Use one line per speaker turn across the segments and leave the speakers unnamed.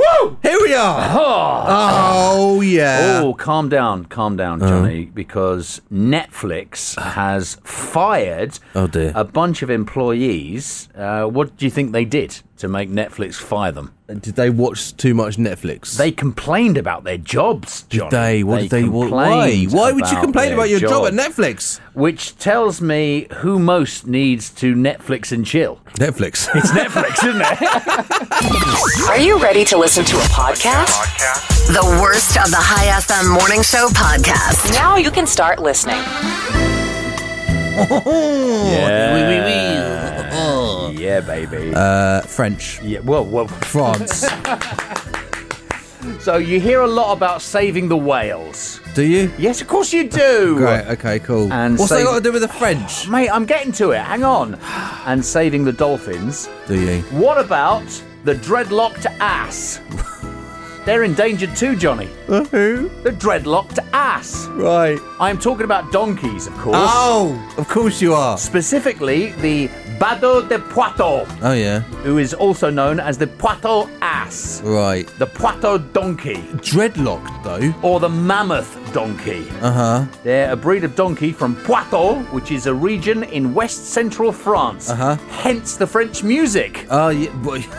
we are. Oh, yeah. Uh-huh.
Oh, calm down, calm down, Johnny, because Netflix has fired
Oh, dear.
a bunch of employees. Uh, what do you think they did to make Netflix fire them?
Did they watch too much Netflix?
They complained about their jobs, Johnny.
Did they? What did they? what- Why?
complained
Why would you
about
complain
their
about your job at
jobs.
Netflix?
Which tells me who most needs to Netflix and chill.
Netflix.
It's Netflix, isn't it?
Are you ready to listen to a podcast?
The worst of the High FM Morning Show podcast.
Now you can start listening.
yeah, baby.
uh, French.
yeah, well, well.
France.
So you hear a lot about saving the whales.
do you?
Yes, of course you do.
Great. Okay, cool.
And
What's
say-
that got to do with the French?
Mate, I'm getting to it. Hang on. And saving the dolphins.
Do you?
What about the dreadlocked ass? They're endangered too, Johnny.
Who?
The dreadlocked ass.
Right.
I'm talking about donkeys, of course.
Oh, of course you are.
Specifically, the Bado de Poitou,
Oh yeah.
who is also known as the Poitou ass,
Right.
the Poitou donkey,
Dreadlocked though.
or the mammoth donkey.
Uh huh.
They're a breed of donkey from Poitou, which is a region in west central France.
Uh-huh.
Hence the French music.
Oh yeah. Boy.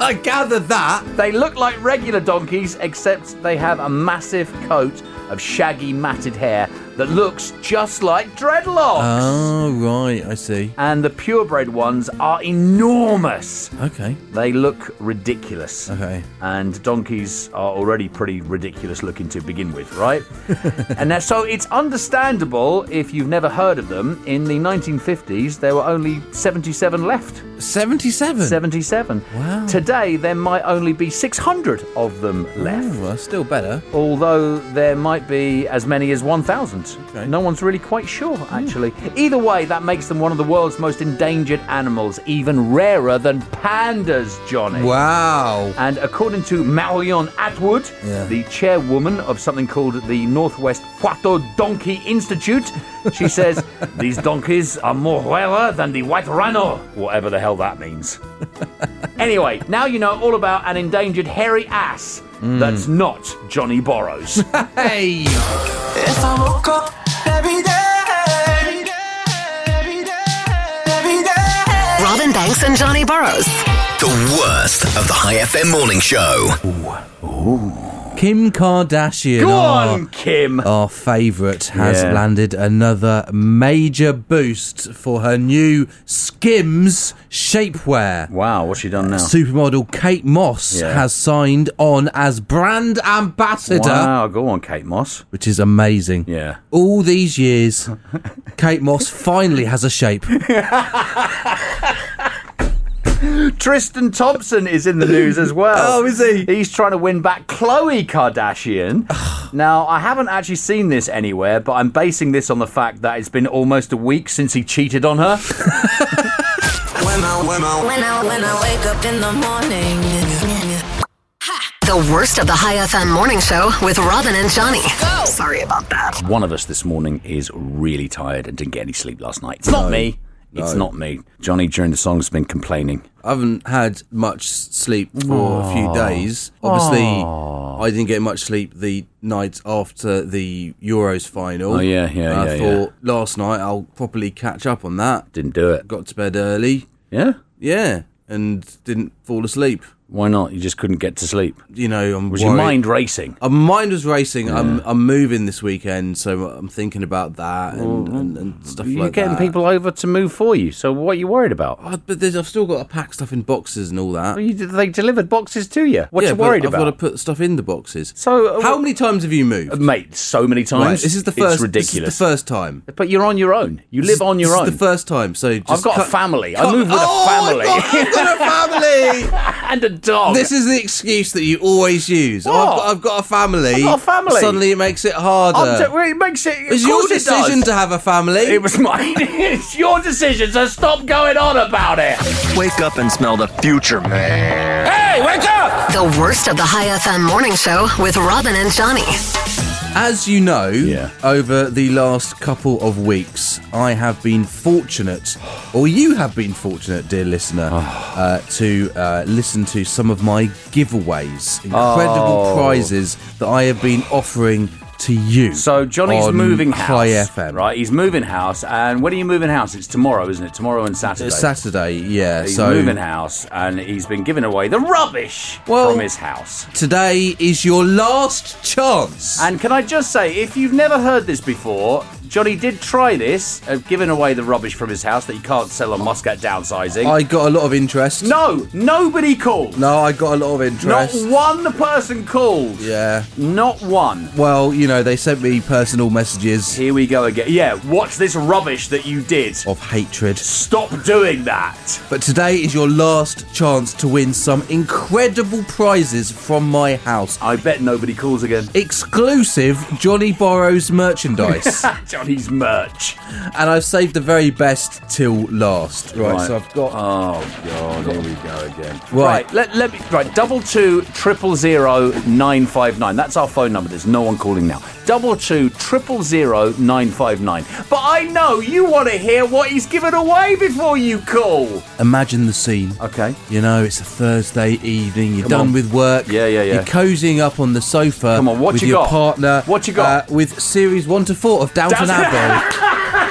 I gather that.
They look like regular donkeys, except they have a massive coat of shaggy matted hair that looks just like dreadlocks.
Oh right. I see.
And the purebred ones are enormous.
Okay.
They look ridiculous.
Okay.
And donkeys are already pretty ridiculous looking to begin with, right? and that, so it's understandable if you've never heard of them. In the 1950s, there were only 77 left.
Seventy-seven.
77.
Hmm. Wow.
Today, there might only be 600 of them left,
Oh, well, still better.
although there might be as many as 1,000.
Okay.
No one's really quite sure, actually. Either way, that makes them one of the world's most endangered animals, even rarer than pandas, Johnny.
Wow.
And according to Marion Atwood,
Yeah.
the chairwoman of something called the Northwest Poitou Donkey Institute, she says, These donkeys are more rarer than the white rhino, whatever the hell that means. anyway, now you know all about an endangered hairy ass that's not Johnny Borrows.
Hey.
If I woke up every day, every day, every day, every day.
Robin Banks and Johnny Burrows.
The worst of the High FM morning show.
Kim Kardashian.
Go
our-
on, Kim.
Our favourite has
Yeah.
landed another major boost for her new Skims shapewear.
Wow, what's she done now?
Supermodel Kate Moss
Yeah.
has signed on as brand ambassador,
Wow, go on, Kate Moss.
which is amazing.
Yeah.
All these years, Kate Moss finally has a shape.
Tristan Thompson is in the news as well.
Oh, is he?
He's trying to win back Khloe Kardashian. now, I haven't actually seen this anywhere, but I'm basing this on the fact that it's been almost a week since he cheated on her.
When I, when I,
When I, when I wake up in the morning.
The worst of the High FM Morning Show with Robin and Johnny. Sorry about that.
One of us this morning is really tired and didn't get any sleep last night. It's not me. It's not me. Johnny during the song has been complaining.
I haven't had much sleep for a few days. Obviously, I didn't get much sleep the night after the Euros final.
Oh, yeah, yeah,
I
yeah,
thought last night I'll properly catch up on that.
Didn't do it.
Got to bed early.
Yeah?
Yeah, and didn't fall asleep.
Why not? You just couldn't get to sleep.
You know, I'm
Was
worried.
your mind racing?
Uh, my mind was racing. I'm I'm moving this weekend, so I'm thinking about that and, and, and stuff
You're
like
getting
that.
people over to move for you. So what are you worried about?
Uh, but there's, I've still got to pack stuff in boxes and all that.
You, they delivered boxes to you. What
yeah,
you worried
but
about?
I've got to put stuff in the boxes.
So, uh,
how
wh-
many times have you moved?
mate, so many times.
Right, this is the first.
Uh, It's ridiculous.
This is the first time.
but you're on your own. You live on your
this
own.
Is the first time. So just
I've got
cut-
a family. I
cut-
move with
oh,
a
I've
family
got, I've got a family.
and a dog.
This is the excuse that you always use. Oh, I've,
What?
got, I've got a family.
I've got a family.
Suddenly it makes it harder.
I'm t- well, it makes it.
it was
of
your
course it does.
decision to have a family.
It was mine. it's your decision. So stop going on about it.
Wake up and smell the future, man.
Hey, wake up!
The worst of the High FM Morning Show with Robin and Johnny.
As you know,
Yeah.
over the last couple of weeks, I have been fortunate, or you have been fortunate, dear listener,
Ah.
uh, to uh, listen to some of my giveaways, incredible
Oh.
prizes that I have been offering to you.
So Johnny's
on
moving house,
Hi FM.
right? He's moving house, and when are you moving house? It's tomorrow, isn't it? Tomorrow and Saturday.
It's Saturday, yeah.
He's
so
moving house, and he's been giving away the rubbish
Well-
from his house.
today is your last chance.
And can I just say, if you've never heard this before, Johnny did try this of giving away the rubbish from his house that you can't sell on Muscat downsizing.
I got a lot of interest.
no, nobody called.
No, I got a lot of
Not
interest.
one person called.
yeah.
Not one.
Well, you know, they sent me personal messages
Here we go again. Yeah, watch this rubbish that you did.
of hatred.
Stop doing that.
But today is your last chance to win some incredible prizes from my house.
I bet nobody calls again.
Exclusive Johnny Borrow's merchandise.
Johnny's merch.
and I've saved the very best till last. Right,
Right.
so I've got.
Oh god, here we go again.
Right.
Right, let, let me right, double two triple zero nine five nine. That's our phone number. There's no one calling now. Double two triple zero nine five nine. But I know you want to hear what he's given away before you call.
Imagine the scene.
Okay.
You know, it's a Thursday evening. You're
Come
done
on.
with work.
Yeah, yeah, yeah.
You're cozying up on the sofa.
Come on, what
with
you
your
got?
partner.
What you got?
Uh, with series one to four of Downton
Downton-
Abbey.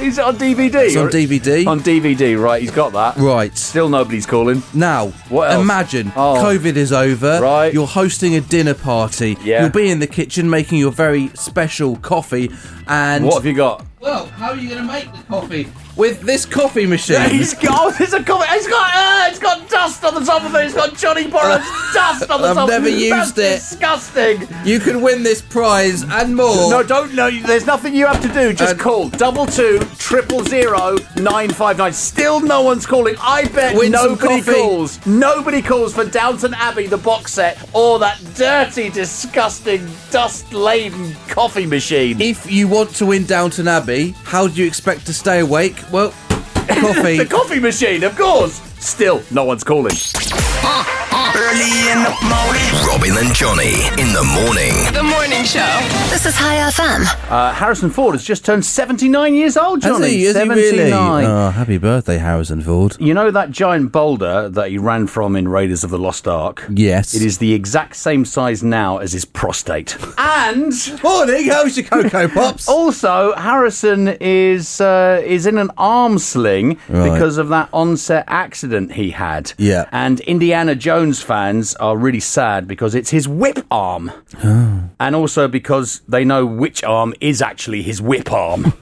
Is it on DVD?
It's on
Or-
DVD.
On DVD, right, he's got that.
right.
Still nobody's calling.
Now,
What else?
imagine
Oh.
COVID is over.
Right.
You're hosting a dinner party.
Yeah.
You'll be in the kitchen making your very special coffee. And
What have you got?
well, how are you going to make the coffee with this coffee machine?
He's got, oh, there's a comment. It's got, uh, it's got dust on the top of it. It's got Johnny Borrow's dust on the
I've
top.
never
That's
used it.
Disgusting.
you can win this prize and more.
No, don't. No, you- there's nothing you have to do. Just
Uh,
call double two triple zero nine five nine. Still, no one's calling. I bet
Win some
nobody
coffee.
calls. Nobody calls for Downton Abbey, the box set, or that dirty, disgusting, dust-laden coffee machine.
If you want to win Downton Abbey, how do you expect to stay awake? Well, coffee.
the coffee machine, of course. Still, no one's calling.
Early in the morning.
Robin and Johnny in the morning.
This is High FM.
Uh, Harrison Ford has just turned 79 years old,
Has
Johnny.
he? Has he really?
79.
Oh, happy birthday, Harrison Ford.
You know that giant boulder that he ran from in Raiders of the Lost Ark?
Yes.
It is the exact same size now as his prostate. And
Morning, how's your Cocoa Pops?
also, Harrison is uh, is in an arm sling because of that onset accident he had.
Yeah.
And Indiana Jones fans are really sad because it's his whip arm.
Oh.
And also because they know which arm is actually his whip arm.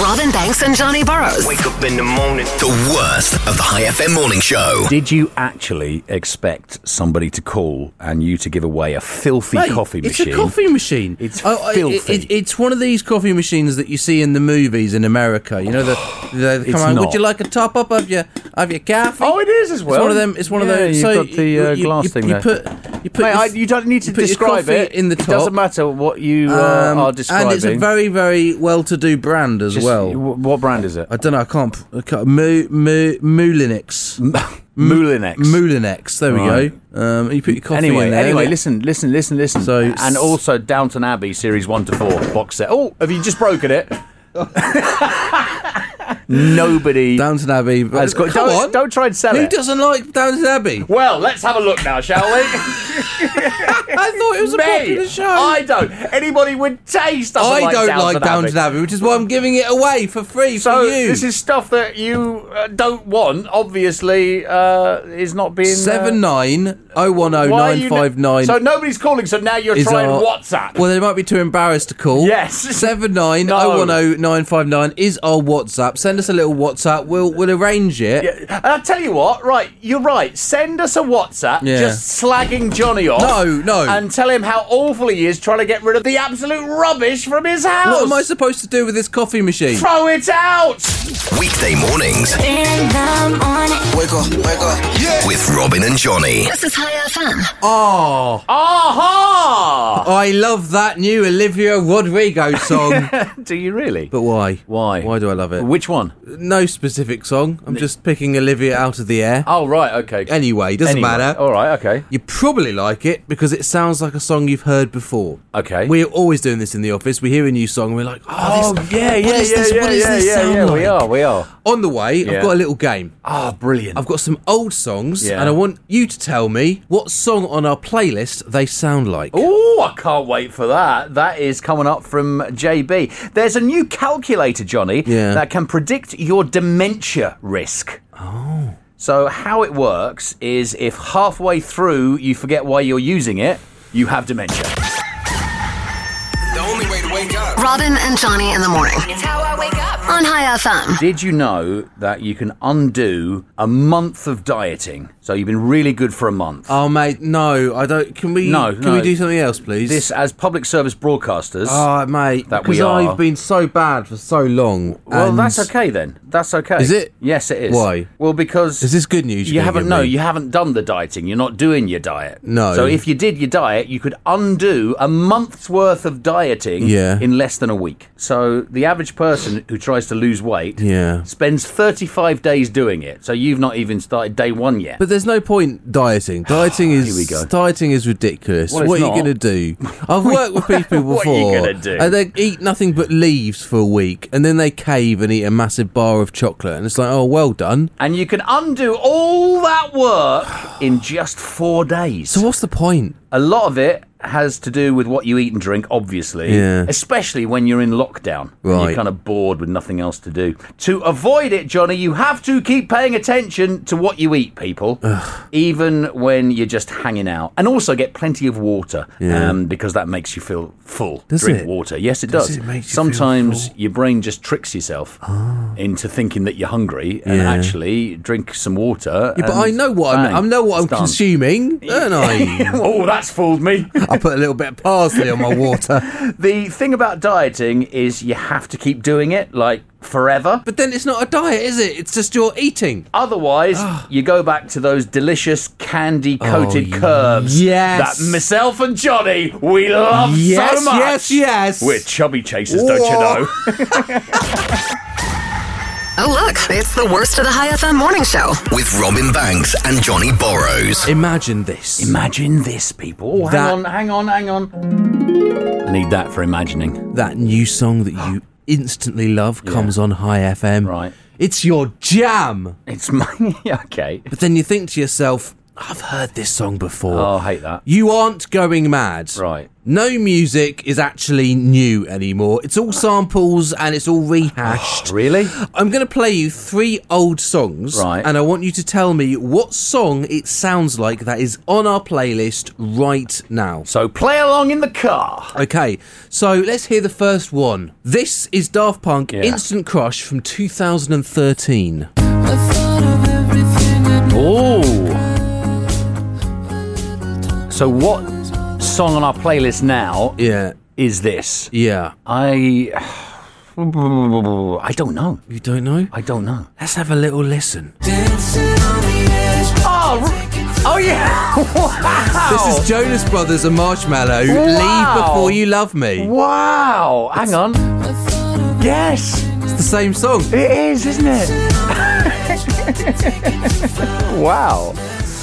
Robin Banks and Johnny Burrows.
Wake up in the morning. The worst of the High FM morning show.
Did you actually expect somebody to call and you to give away a filthy
Mate,
coffee
it's
machine?
a coffee machine.
It's
I-
filthy.
It, it, it's one of these coffee machines that you see in the movies in America. You know, the, the, the
It's
come on, would
not.
you like a top up of your of your coffee?
Oh, it is as well.
It's one of them. It's one
Yeah,
of those.
You've
so
got the uh,
you- you-
glass
you,
thing
you
there.
Put, you put.
Mate,
your,
I, you don't need to
you put your
describe
coffee
it.
in the
It
top.
doesn't matter what you uh,
Um,
are describing.
And it's a very, very well-to-do brand as
Just-
well.
w- What brand is it?
I don't know. I can't. p- I can't Moo, Moo, Moulinex.
Moulinex.
Moulinex. There we
Right.
go. Um, you put your coffee
Anyway,
in there.
anyway,
innit?
listen, listen, listen, listen.
So-
and also Downton Abbey series one to four box set. Oh, have you just broken it? Nobody
Downton Abbey.
has got.
come
don't,
on.
don't try and sell
Who
it.
doesn't like Downton Abbey?
Well, let's have a look now, shall we?
I thought it was a
Me,
popular show.
I don't. Anybody with taste doesn't
I
like
don't
Downton
like Downton Abbey. which is why I'm giving it away for free
So
for you.
this is stuff that you uh, don't want. Obviously, uh, is not being uh,
seven nine oh one oh
why are you
nine five nine.
So nobody's calling. So now you're
is
trying
our-
WhatsApp.
Well, they might be too embarrassed to call.
Yes.
seven nine oh one oh nine five nine is our WhatsApp. Send us a little WhatsApp. We'll we'll arrange it.
and I tell you what, right? You're right. Send us a WhatsApp
Yeah.
just slagging Johnny off.
No, no.
And tell him how awful he is trying to get rid of the absolute rubbish from his house.
What am I supposed to do with this coffee machine?
Throw it out.
Weekday mornings
In the morning.
Wake up, wake up.
with Robin and Johnny.
This is High FM.
Oh,
Aha!
I love that new Olivia Rodrigo song.
Do you really?
but why?
Why?
Why do I love it?
Which one?
No specific song. I'm just picking Olivia out of the air.
Oh, right. Okay.
Anyway, doesn't
Anyway,
matter.
All right. Okay.
You probably like it because it sounds like a song you've heard before.
Okay.
We're always doing this in the office. We hear a new song and we're like, oh,
Oh
this,
yeah, yeah,
what is
yeah,
this?
yeah,
what does
yeah,
this
yeah,
sound
yeah,
like?
We are, we are.
On the way,
Oh." Yeah.
I've got a little game.
Ah, brilliant.
I've got some old songs,
Yeah.
and I want you to tell me what song on our playlist they sound like.
Oh, I can't wait for that. That is coming up from JB. There's a new calculator, Johnny,
Yeah.
that can predict your dementia risk. Oh. So, how it works is if halfway through you forget why you're using it, you have dementia.
The only way to wake up.
Robin and Johnny in the morning
It's how I wake up.
on High FM.
Did you know that you can undo a month of dieting? So, you've been really good for a month.
Oh, mate, no, I don't. Can we?
No,
can
no.
we do something else, please?
this, as public service broadcasters.
Oh, mate,
That we
because
are.
I've been so bad for so long.
well,
and-
that's okay then. That's okay.
Is it?
Yes, it is.
Why?
Well, because
Is this good news?
You
you're gonna
haven't
give
no,
me?
you haven't done the dieting. You're not doing your diet.
No.
So if you did your diet, you could undo a month's worth of dieting
Yeah.
in less than a week. So the average person who tries to lose weight
Yeah.
spends 35 days doing it. So you've not even started day 1 yet.
But there's no point dieting. Dieting is
Here we go.
dieting is ridiculous.
Well, it's
what are
not.
you gonna do? I've worked with people before.
What are you gonna do?
And they eat nothing but leaves for a week, and then they cave and eat a massive bar of chocolate, and it's like, oh, well done.
and you can undo all that work in just 4 days.
So what's the point?
a lot of it has to do with what you eat and drink, obviously.
Yeah.
Especially when you're in lockdown. and
Right.
You're kind of bored with nothing else to do. To avoid it, Johnny, you have to keep paying attention to what you eat, people. Even when you're just hanging out. And also get plenty of water
Yeah.
um, because that makes you feel full.
Does
drink
it?
water. Yes, it
Does
does.
it make you feel
Sometimes
full? Ah.
your brain just tricks yourself into thinking that you're hungry and
Yeah.
actually drink some water.
Yeah, but
and
I know what
bang,
I'm, I know what I'm
Um, it's done.
consuming, don't I?
oh, that's fooled me.
I put a little bit of parsley on my water,
The thing about dieting is you have to keep doing it like forever.
but then it's not a diet, is it? It's just your eating.
Otherwise, you go back to those delicious candy coated
Ah. Oh,
curves.
yes.
That myself and Johnny, we love
Yes,
so much.
yes, yes.
We're chubby chasers, don't you
Whoa.
know?
Oh, look, it's the worst of the High FM morning show.
With Robin Banks and Johnny Borrows.
Imagine this.
Imagine this, people. Oh, hang
That-
on, hang on, hang on. I need that for imagining.
that new song that you instantly love comes on High FM.
Right.
It's your jam.
It's my. okay.
But then you think to yourself, I've heard this song before.
Oh, I hate that.
You aren't going mad.
Right.
No music is actually new anymore. It's all samples and it's all rehashed.
Really?
I'm going to play you three old songs.
Right.
And I want you to tell me what song it sounds like that is on our playlist right now.
So play along in the car.
Okay, so let's hear the first one. This is Daft Punk Instant Crush from 2013.
Oh. So what song on our playlist now
Yeah,
is this?
yeah.
I I don't know.
You don't know?
I don't know.
Let's have a little listen.
Oh, oh yeah! wow!
This is Jonas Brothers and Marshmallow. Leave
Wow.
Before You Love Me.
wow! Hang on. Yes,
It's the same song.
it is, isn't it? wow!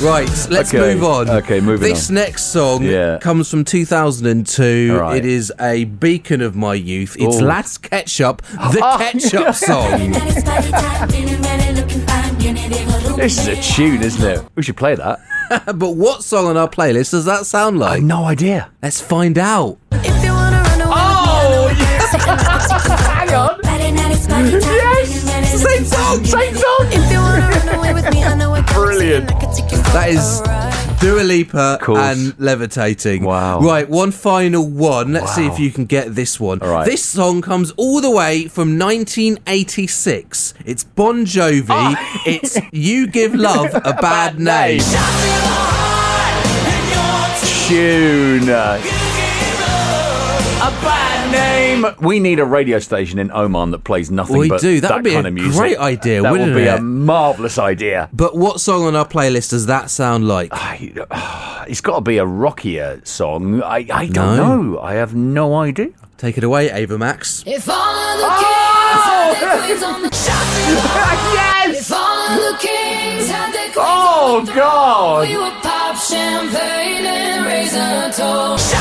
Right, let's
Okay,
move on.
okay, moving
This next song
Yeah.
comes from 2002.
Right.
It is a beacon of my youth. It's
Ooh.
Lads Ketchup, the
Oh.
Ketchup song.
This is a tune, isn't it? We should play that.
but what song on our playlist does that sound like?
no idea.
Let's find out.
Oh, hang on.
Yes!
Same song, same song. Brilliant.
That is Dua Lipa
course.
and Levitating.
Wow.
Right, one final one. Let's see
Wow.
if you can get this one.
All right.
This song comes all the way from 1986. It's Bon Jovi.
Ah.
It's You Give Love a Bad, Name.
Tune. A bad name. We need a radio station in Oman that plays nothing
We
but
do. That
that
would be
kind
a
of music.
great idea,
That would
wouldn't
be
it?
a marvelous idea.
But what song on our playlist does that sound like?
Ah. It's got to be a rockier song. I, I don't
No.
know. I have no idea.
Take it away, Ava Max.
If all of the kings had their queens on the
yes.
If all of the kings had their queens
Oh
on the throne,
God.
we would pop champagne and raisin toast.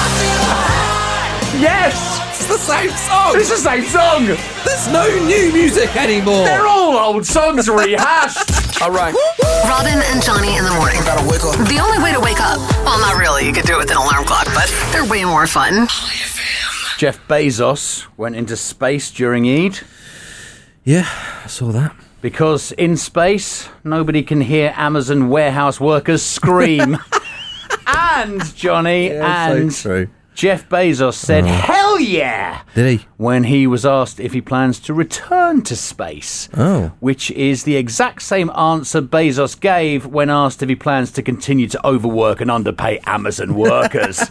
Yes!
It's the same song.
It's the same song!
There's no new music anymore.
They're all old songs rehashed! all right.
Robin and Johnny in the morning.
Gotta wake up.
The only way to wake up. Well, not really. You could do it with an alarm clock, but they're way more fun.
Jeff Bezos went into space during Eid
yeah, I saw that.
because in space, nobody can hear Amazon warehouse workers scream. and, Johnny,
Yeah, so
and
true. Uh-huh.
Jeff Bezos said, hell yeah!
Did he?
when he was asked if he plans to return to space.
Oh.
Which is the exact same answer Bezos gave when asked if he plans to continue to overwork and underpay Amazon workers.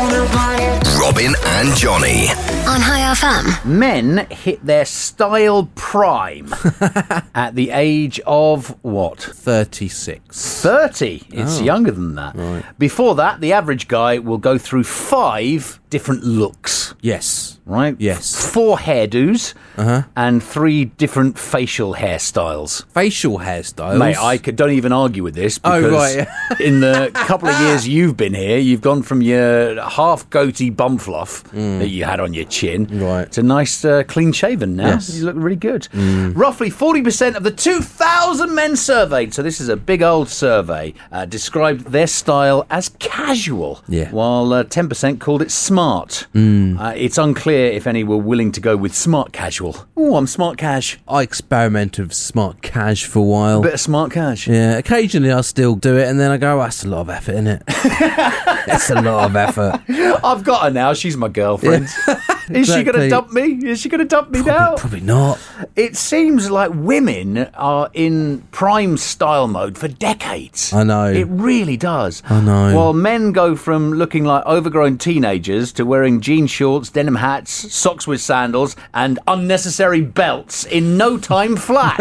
Robin and Johnny.
On High FM.
Men hit their style prime at the age of what?
36.
30. It's younger than that. Before that, the average guy will go through five different looks.
Yes.
Right?
Yes.
Four hairdos and three different facial hairstyles.
Facial hairstyles.
Mate, I could, don't even argue with this
Oh,
because
right.
in the couple of years you've been here, you've gone from your half goatee bum fluff that you had on your chin
Mm. Right.
to nice, uh, clean shaven now.
Yes. Mm.
You look really good. Roughly 40% of the 2,000 men surveyed, so this is a big old survey, uh, described their style as casual,
Yeah. Mm.
while uh, 10% called it smart. Uh, it's unclear if any were willing to go with smart casual. Oh, I'm smart cash.
I experimented with smart cash for a while.
Bit of smart cash.
yeah, occasionally I still do it, and then I go, "Oh, "That's a lot of effort, isn't it? That's a lot of effort."
I've got her now. She's my girlfriend. Is she going to
Exactly.
dump me? Is she going to dump me now?
Probably, probably not.
It seems like women are in prime style mode for decades.
I know.
It really does. I
know.
While men go from looking like overgrown teenagers to wearing jean shorts, denim hats, socks with sandals, and unnecessary belts in no time flat.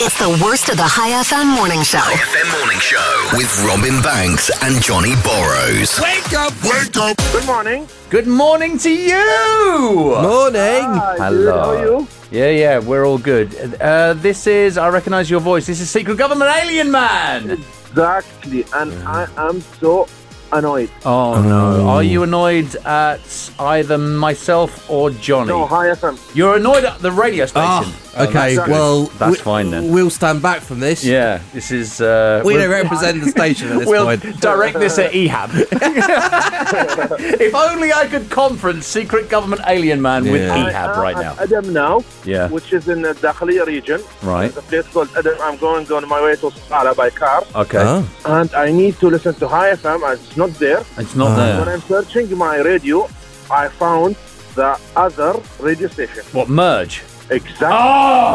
It's the worst of the High FM morning show.
FM Morning Show with Robin Banks and Johnny Borrows. Wake up, wake up.
Good morning.
Good morning to you.
Morning.
Hi, dude. How are you?
Yeah, yeah, we're all good. Uh, this is, I recognise your voice. This is Secret Government Alien Man.
Exactly. And I am so annoyed.
Oh, no. Are you annoyed at either myself or Johnny?
No, hi, FM.
You're annoyed at the radio station.
Ah, okay.
that's-
well,
that's fine then.
We'll stand back from this.
Yeah, this is. Uh,
We
we'll-
don't represent the station at this
We'll
point.
direct this at E Ehab. if only I could conference Secret Government Alien Man with E
Yeah.
Ehab right
I'm
now.
at Adam now,
Yeah.
which is in the Dakhliya region.
Right.
There's a place called Adam. I'm going on my way to Sala by car.
Okay.
Oh,
And I need to listen to Hi FM. and It's not there.
It's
Uh.
not
When
there.
I'm searching my radio, I found the other radio station.
What, merge?
Exactly.
Oh!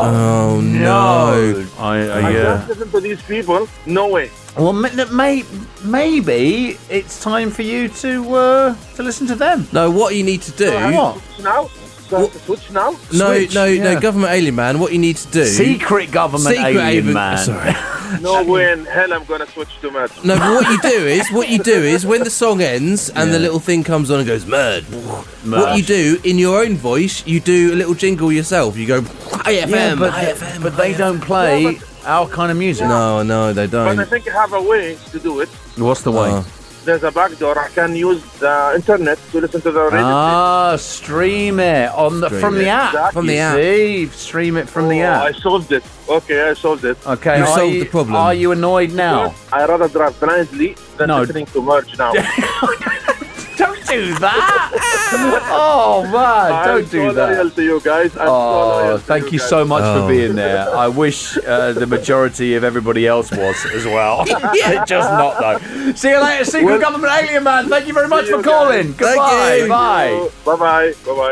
oh no.
I, I,
I
yeah.
uh,
can't listen to these people. No way.
Well, ma- look, may- maybe it's time for you to uh, to listen to them.
No, what you need to do.
What?
Switch now. So I have to switch now.
No,
Oh, Switch,
no,
yeah.
no, government alien man. What you need to do?
Secret government
Secret
alien
alien-
man.
Sorry.
No way in hell I'm going to switch to match.
No, but what you do is what you do is when the song ends and the little thing comes on and goes murd. What you do in your own voice, you do a little jingle yourself. You go IFM,
Yeah, but,
IFM.
but they don't play our kind of music.
No, no, they
But I
don't.
think I have a way to do it.
What's the way?
Oh.
There's a backdoor. I can use the internet to listen to the radio.
ah, stream it on the
Stream
from
it.
the app.
From the
you
app.
See? Stream it from the
Oh, I
app.
solved it. Okay, I solved it.
Okay,
You've
are
solved
you-
the problem.
Are you annoyed now?
I rather drive blindly than
No.
listening to merge now.
don't do that. oh man,
I'm
don't do
so loyal
that.
to you guys. I'm so
Oh,
loyal to
thank you
guys.
so much
Oh.
for being there. I wish uh, the majority of everybody else was as well. Just not though. See you later, Secret
Well-
Government Alien Man. Thank you very much
See
for
you guys.
calling. Goodbye.
you.
Bye.
Bye bye. Bye bye.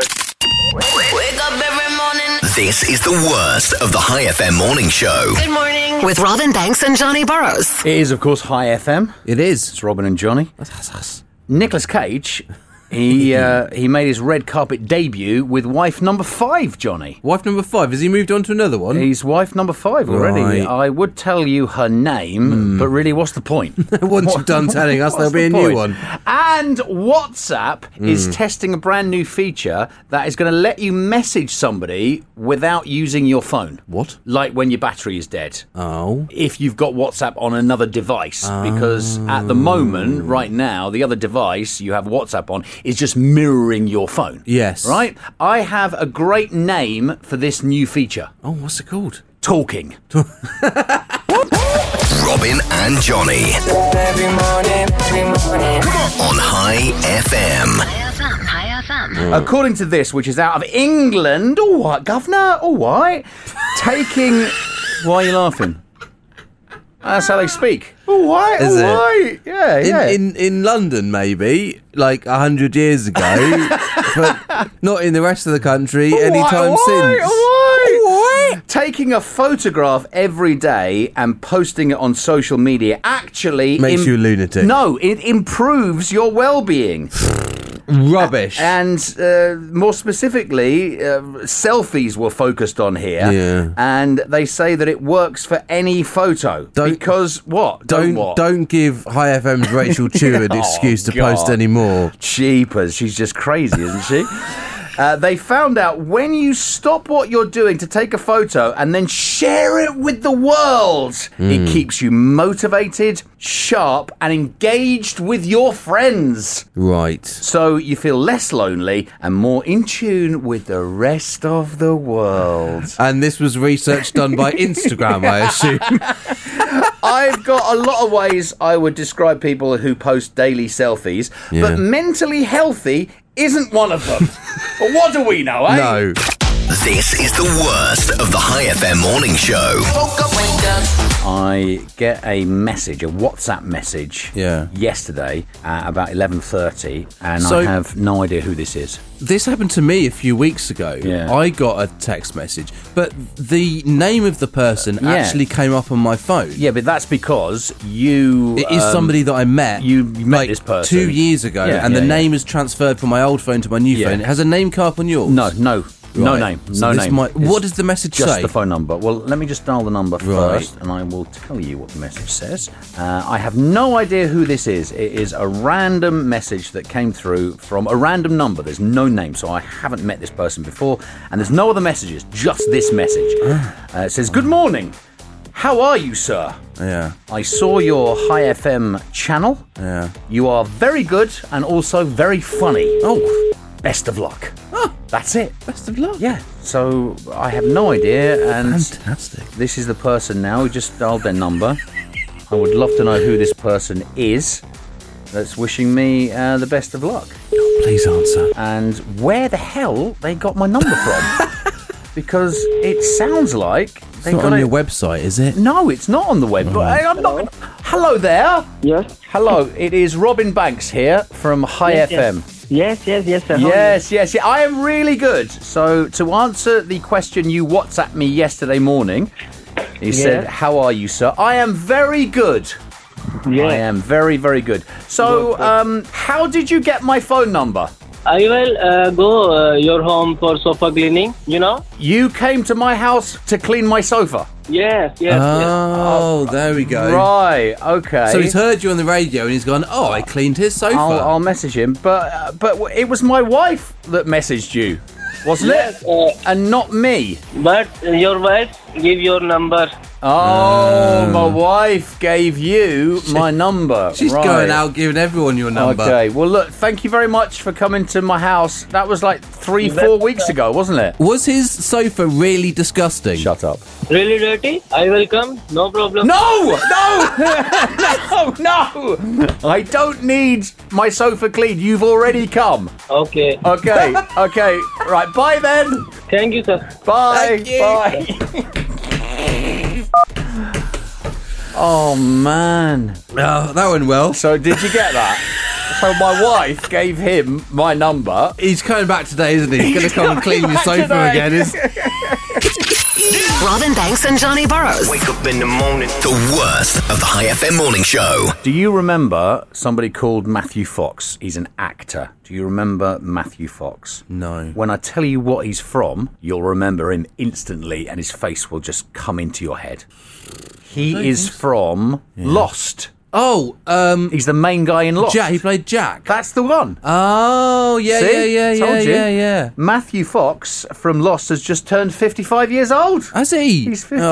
Wake up every morning.
This is the worst of the High FM Morning Show.
Good morning.
With Robin Banks and Johnny Burrows.
It is, of course, High FM.
It is.
It's Robin and Johnny. Nicholas Cage He uh, he made his red carpet debut with wife number five, Johnny.
Wife number five, has he moved on to another one?
He's wife number five already.
Mm-hmm. Right. Mm.
I would tell you her name, but really, what's the point?
Once you've done telling us, there'll
What's
be a
the
new
point?
one. Mm.
And WhatsApp is testing a brand new feature that is going to let you message somebody without using your phone.
What?
Like when your battery is dead.
Oh.
If you've got WhatsApp on another device, because at the
Oh.
moment, right now, the other device you have WhatsApp on is just mirroring your phone.
Yes.
Right? I have a great name for this new feature
Oh, what's it called?
talking.
Robin and Johnny
Every morning, every morning.
on High FM.
High FM, High
Hmm.
FM.
According to this, which is out of England, all right, Governor, all right, taking. Why are you laughing? That's how they speak. All right,
Is
all
it?
right, yeah,
In,
yeah.
in in London, maybe like a hundred years ago, but not in the rest of the country
All
any
right,
time
all right,
since.
all right. Taking a photograph every day and posting it on social media actually
Makes you a lunatic.
No, it improves your well-being.
Rubbish.
And uh, more specifically, uh, selfies were focused on here.
Yeah.
And they say that it works for any photo.
Don't-
because what?
don't
what?
don't give High FM's Rachel Chew an
Oh,
excuse to
God.
post anymore.
Jeepers, she's just crazy, isn't she? Uh, they found out when you stop what you're doing to take a photo and then share it with the world,
Hmm.
it keeps you motivated, sharp, and engaged with your friends.
Right.
So you feel less lonely and more in tune with the rest of the world.
And this was research done by Instagram, I assume.
I've got a lot of ways I would describe people who post daily selfies,
Yeah.
but mentally healthy isn't one of them. but what do we know, eh?
No.
This is the worst of the High FM morning show.
I get a message, a WhatsApp message,
Yeah.
yesterday at about eleven thirty, and
So-
I have no idea who this is.
This happened to me a few weeks ago.
Yeah.
I got a text message, but the name of the person
Yeah.
actually came up on my phone.
Yeah, but that's because you
It is
um,
somebody that I met.
you met
like
this person.
two years ago,
Yeah,
and the
yeah, yeah.
name is transferred from my old phone to my new
Yeah.
phone. It has a name card on yours.
No, no, no
Right.
name,
So
no
this
name.
might-
It's
what does the message
just
say?
the phone number. Well, let me just dial the number
Right.
first, and I will tell you what the message says. Uh, I have no idea who this is. It is a random message that came through from a random number. There's no name, so I haven't met this person before, and there's no other messages. Just this message.
Ah.
Uh, it says, "Good morning. How are you, sir?"
Yeah.
I saw your High FM channel.
Yeah.
You are very good and also very funny.
Oh,
Best of luck. That's it.
best of luck.
Yeah, so I have no idea, and
Fantastic.
this is the person now who just dialed their number. I would love to know who this person is that's wishing me uh, the best of luck
Please answer.
and where the hell they got my number from. because it sounds like they
It's not
got
on
it.
your Oh, website, is it?
no, it's not on the web. But hey, I'm not. Gonna... Hello there.
Yes.
Hello, it is Robin Banks here from High FM.
Yes, yes, yes, sir.
Yes, yes, yeah. I am really good. So to answer the question you WhatsApp me yesterday morning, he said, "How are you, sir?" I am very good.
Yeah.
I am very, very good. So, um, how did you get my phone number?
I will uh, go uh, your home for sofa cleaning, you know?
You came to my house to clean my sofa.
Yes, yes,
Uh,
yes.
Oh, there we go.
Right. Oh, Okay.
So he's heard you on the radio and he's gone, oh, I cleaned his sofa.
I'll, I'll message him, but uh, but w- it was my wife that messaged you, wasn't
Yes,
it?
uh,
And not me.
but your wife give your number.
Oh, my wife gave you my number.
She's
Right. Oh,
going out giving everyone your number.
Okay. Well, look. Thank you very much for coming to my house. That was like three, four weeks ago, wasn't it?
Was his sofa really disgusting?
Shut up.
Really dirty? I will come, no problem.
No! No! no! No! I don't need my sofa cleaned. You've already come.
Okay.
Okay. Okay. Right. Bye then.
Thank you, sir.
Bye.
Thank you.
Bye. oh man.
Oh, that went well.
So did you get that? so my wife gave him my number.
He's coming back today, isn't he? He's going to come and clean your
back
sofa
today.
again. Is-
Robin Banks and Johnny Burrows.
Wake up in the morning. The worst of the High FM morning show.
Do you remember somebody called Matthew Fox? He's an actor. Do you remember Matthew Fox?
No.
When I tell you what he's from, you'll remember him instantly and his face will just come into your head. He is from Lost.
Oh, um,
He's the main guy in Lost.
Jack. He played Jack.
That's the one.
Oh, yeah,
See?
yeah, yeah,
Told
yeah,
you.
yeah, yeah.
Matthew Fox from Lost has just turned 55 years old.
Has he?
He's 55.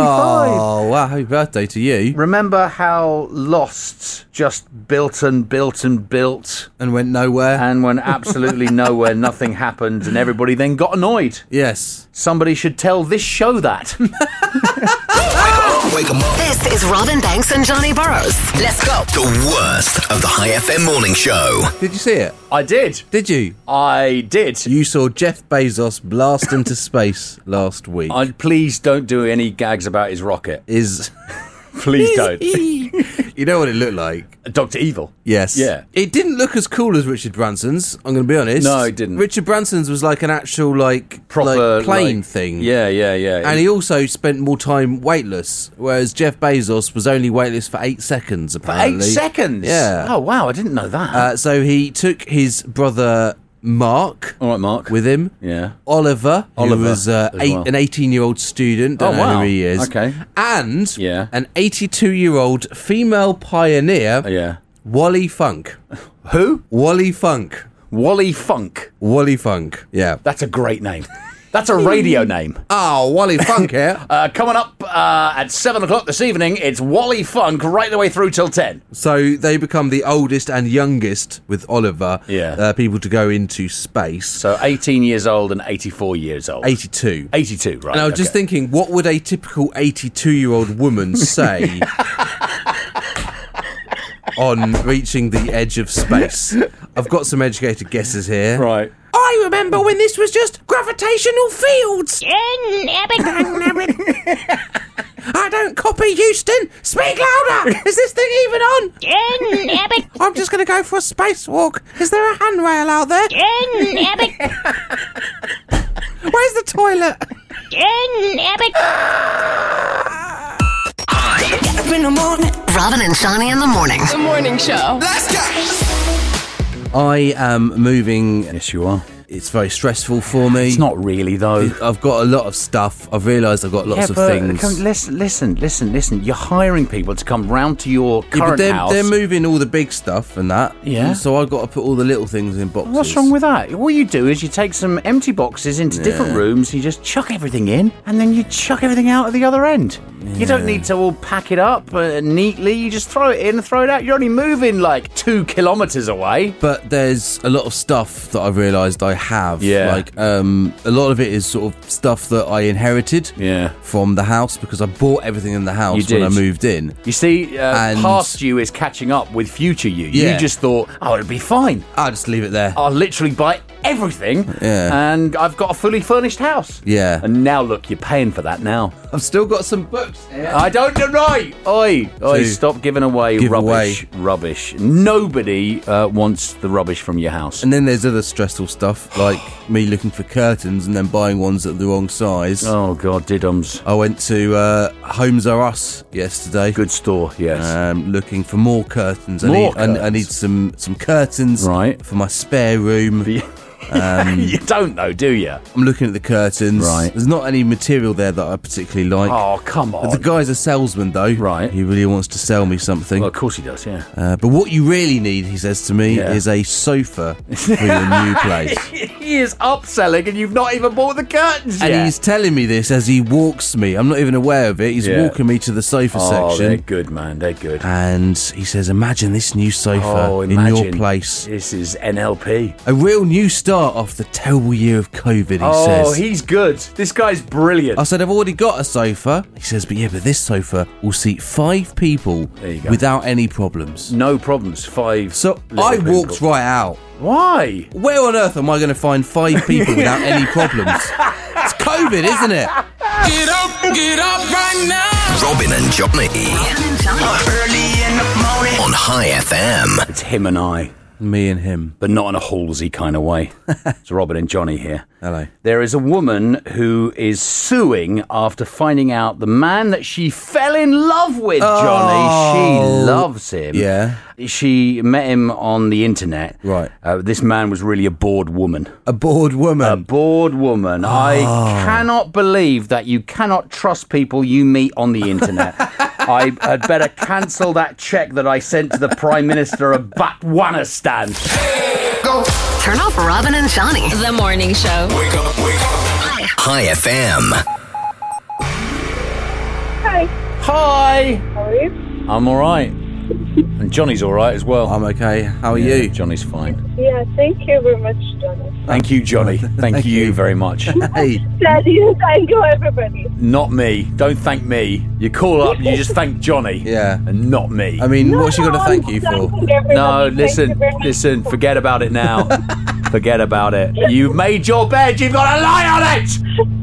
Oh, wow. Happy birthday to you.
Remember how Lost just built and built and built
And went nowhere.
and when absolutely nowhere, nothing happened, and everybody then got annoyed.
yes.
Somebody should tell this show that.
Wake 'em up.
This is Robin Banks and Johnny Burrows.
Let's go.
The worst of the High FM morning show.
Did you see it?
I did.
Did you?
I did.
You saw Jeff Bezos blast into space last week.
I, please don't do any gags about his rocket.
Is
Please don't.
you know what it looked like?
Dr. Evil.
Yes.
Yeah.
It didn't look as cool as Richard Branson's. I'm going to be honest.
No, it didn't.
Richard Branson's was like an actual like
Proper
like, plane
like-
thing.
Yeah, yeah, yeah.
And he also spent more time weightless, whereas Jeff Bezos was only weightless for eight seconds.
Eight
Apparently,
seconds.
Yeah.
Oh wow, I didn't know that.
Uh, so he took his brother Mark
All right, Mark.
with him.
Oh. yeah.
Oliver,
Oliver
who was uh,
as
eight,
well.
an 18 year old student. Don't
Oh,
know
wow.
who he is.
Okay.
And
Yeah.
an 82 year old female pioneer,
Oh, Yeah.
Wally Funk.
Who?
Wally Funk.
Wally Funk.
Wally Funk. Yeah.
That's a great name. That's a radio name.
Oh, Wally Funk here.
Uh, coming up uh, at seven o'clock this evening, it's Wally Funk right the way through till ten.
So they become the oldest and youngest with Oliver.
Yeah.
Uh, people to go into space.
So eighteen years old and eighty-four years old.
82.
Eighty-two, right?
And I was just
okay.
thinking, what would a typical 82 year old woman say on reaching the edge of space? I've got some educated guesses here.
Right.
I remember when this was just gravitational fields. I don't copy, Houston. Speak louder. Is this thing even on? I'm just going to go for a spacewalk. Is there a handrail out there? Where's the toilet?
Robin and Johnny in the morning.
The morning show.
I am moving.
Yes, you are.
It's very stressful for me.
It's not really though.
I've got a lot of stuff. I've realised I've got lots
yeah,
of
but
things.
come- listen, listen, listen, listen. You're hiring people to come round to your current
Yeah, but they're,
house.
they're moving all the big stuff and that.
Yeah.
So I've got to put all the little things in boxes.
What's wrong with that? All you do is you take some empty boxes into different rooms, you just chuck everything in, and then you chuck everything out at the other end. You don't need to all pack it up uh, neatly. You just throw it in and throw it out. You're only moving like two kilometres away.
But there's a lot of stuff that I've realised I have.
Yeah.
Like um, a lot of it is sort of stuff that I inherited.
Yeah.
From the house because I bought everything in the house
You
when I
did.
moved in.
You see, uh,
And-
past you is catching up with future you.
Yeah.
You just thought, oh, it'll be fine.
I'll just leave it there.
I'll literally buy everything,
Yeah.
and I've got a fully furnished house.
Yeah.
And now look, you're paying for that now.
I've still got some books. here.
I don't deny. Oi, oi!
So,
stop giving away
give
rubbish. Rubbish. Nobody uh, wants the rubbish from your house.
And then there's other stressful stuff like me looking for curtains and then buying ones that are the wrong size.
oh God, didums.
I went to uh, Homes Are Us yesterday.
Good store. Yes.
um, looking for more curtains. I,
More
need, I- I,
curtains?
need some some curtains
Right.
for my spare room.
you don't know, do you?
I'm looking at Um, the curtains.
Right.
There's not any material there that I particularly like.
Oh come on.
But the guy's a salesman though.
Right.
He really wants to sell me something.
well, of course he does. Yeah.
Uh, but what you really need, he says to me,
Yeah.
is a sofa for your new place.
he is upselling, and you've not even bought the curtains
And
yet.
he's telling me this as he walks me. I'm not even aware of it. He's
Yeah.
walking me to the sofa
oh, they're
section.
good, man. They're good.
And he says, Imagine this new sofa
oh,
in
imagine.
your place.
This is NLP.
A real new start off the terrible year of COVID, he
oh,
says.
he's good. This guy's brilliant.
I said, I've already got a sofa. He says, But yeah, but this sofa will seat five people
you go.
without any problems.
no problems. Five.
So
little
I
people.
walked right out.
Why?
Where on earth am I going to find five people without any problems? It's COVID, isn't it?
Get up, get up right now.
Robin and Johnny
Robin and Johnny.
Early in the morning.
on High FM.
It's him and I.
Me and him.
but not in a Halsey kind of way. it's Robin and Johnny here.
Hello.
There is a woman who is suing after finding out the man that she fell in love with, Johnny.
Oh.
She loves him.
Yeah.
She met him on the internet.
Right.
Uh, this man was really a bored woman.
A bored woman.
A bored woman. I
Oh.
cannot believe that you cannot trust people you meet on the internet. I had better cancel that check that I sent to the Prime Minister of Batwanistan.
Turn up Robin and Johnny.
The morning show.
High FM.
Hi. How are you? I'm all right. And Johnny's all right as well.
I'm okay. How are
Yeah,
you?
Johnny's fine.
Yeah, thank you very much, Johnny.
Thank you, Johnny. Thank you very much.
Hey,
That is, thank you, everybody.
Not me. Don't thank me. You call up, you just thank Johnny.
Yeah.
And not me.
I mean, what's she going to thank you for?
No, listen, listen, forget about it now. forget about it. You've made your bed, you've got to lie on it!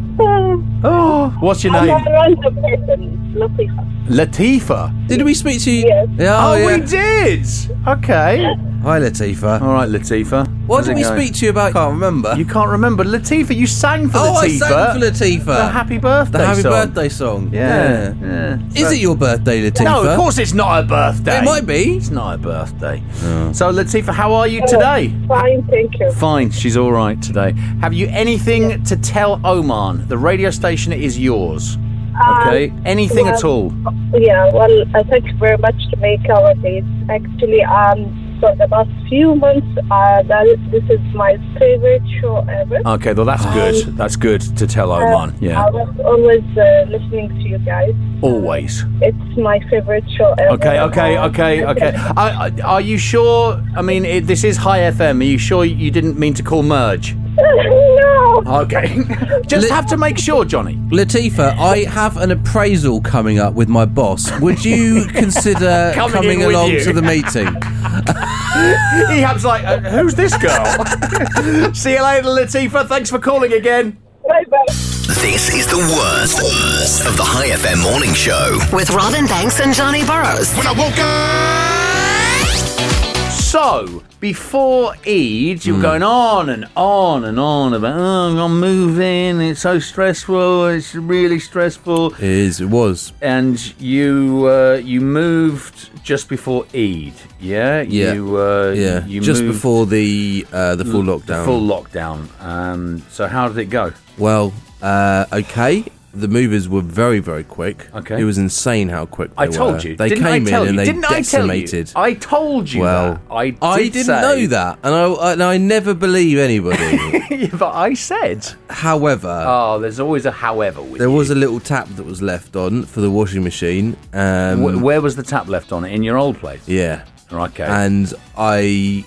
Oh, what's your
I'm
name?
not on the person. Lovely.
Latifa.
Did we speak to you?
Yes.
Yeah,
Oh,
oh, yeah.
we did! Okay.
Hi, Latifa.
All right, Latifa.
What
Oh, How's
did
it
we
going?
speak to you about? I can't remember.
You can't remember. Latifa, you sang for
oh,
Latifa.
I sang for Latifa.
The happy birthday
The happy
song.
birthday song.
Yeah.
Is it your birthday, Latifa?
No, of course it's not her birthday.
It might be.
It's not her birthday. So, Latifa, how are you today?
Fine, thank you.
Fine, she's all right today. Have you anything to tell Oman? The radio station is yours. Okay? anything at
Uh, well-
all?
Yeah, well, uh, thank you very much to make our dates. Actually, um, for the past few months, uh, that, this is my favorite show ever.
Okay, well, that's
um,
good. That's good to tell
uh,
Oman. Yeah.
I was always uh, listening to you guys.
Always.
It's my favorite show ever.
Okay, okay,
Um,
okay, okay. I, I, are you sure? I mean, it, this is High FM. Are you sure you didn't mean to call Merge?
no.
Okay. Just
Li-
have to make sure, Johnny.
Latifa, I have an appraisal coming up with my boss. Would you consider
Coming in
coming,
with
along
you.
to the meeting?
He has like, uh, who's this girl? See you later, Latifa. Thanks for calling again.
Bye bye.
This is the worst of the High FM morning show.
With Robin Banks and Johnny Burrows.
When I woke up.
So, before
Hmm.
Eid, you were going on and on and on about, oh, I'm moving, it's so stressful, it's really stressful.
It is. It was.
And you uh, you moved just before Eid, yeah?
Yeah.
You, uh,
Yeah.
You
Just
moved
before the uh, the full lockdown.
the Full lockdown. Um, so, how did it go?
Well, uh, okay. The movers were very, very quick.
Okay.
It was insane how quick they
I told
were.
you.
They
didn't
came
I
in
tell
and
you?
they
didn't
decimated.
I tell you? I told you
well,
that. I, did
not
say-
know that, and I, I, and I never believe anybody.
but I said.
However,
Oh, there's always a however with
there
you.
was a little tap that was left on for the washing machine. Um,
Wh- Where was the tap left on it? In your old place?
yeah,
Okay.
and I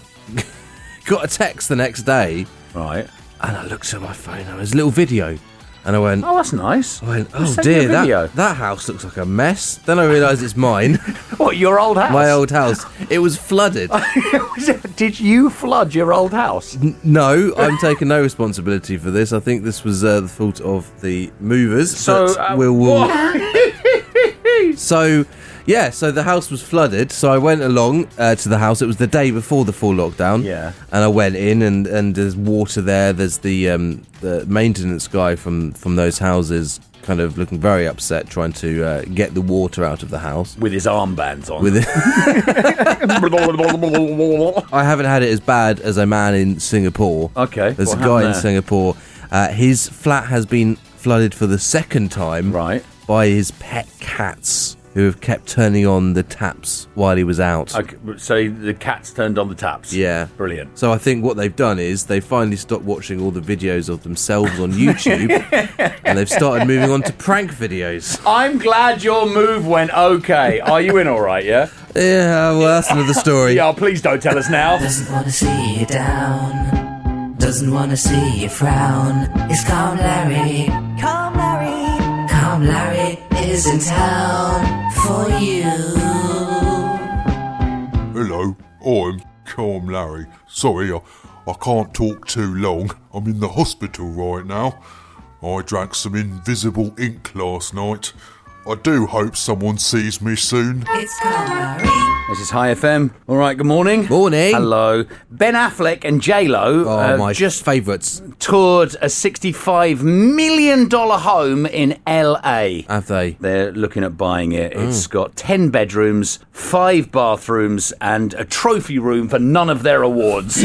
got a text the next day,
right.
and I looked at my phone. and There was a little video, and I went.
Oh, that's nice.
I went,
Who
oh
sent you a
dear,
video?
that, that house looks like a mess. Then I realised it's mine,
What, your old house?
my old house. It was flooded.
Did you flood your old house?
No, I'm taking no responsibility for this. I think this was uh, the fault of the movers.
So,
but
uh,
we'll, we'll... so, yeah. So the house was flooded. So I went along uh, to the house. It was the day before the full lockdown.
Yeah.
And I went in, and, and there's water there. There's the um, the maintenance guy from from those houses, kind of looking very upset, trying to uh, get the water out of the house.
With his armbands on.
With it. I haven't had it as bad as a man in Singapore.
Okay,
There's
what
a guy
happened
in
there?
Singapore. Uh, his flat has been flooded for the second time
Right.
by his pet cats who have kept turning on the taps while he was out.
Okay, so the cat's turned on the taps.
Yeah.
Brilliant.
So I think what they've done is they finally stopped watching all the videos of themselves on YouTube and they've started moving on to prank videos.
I'm glad your move went okay. Are you in all right, yeah?
Yeah, well, that's another story.
Yeah, please don't tell us now.
Doesn't wanna see you down. Doesn't wanna see you frown. It's Calm Larry. Calm Larry. Calm Larry is in town for you.
Hello, Oh, I'm Calm Larry. Sorry, I, I can't talk too long. I'm in the hospital right now. I drank some invisible ink last night. I do hope someone sees me soon.
It's Calmari.
This is High FM. All right, good morning. Morning. Hello. Ben Affleck and J Lo oh,
my
just favourites toured a $65 million home in LA. Have they? They're looking at buying it. It's got 10 bedrooms, 5 bathrooms, and a trophy room for none of their awards.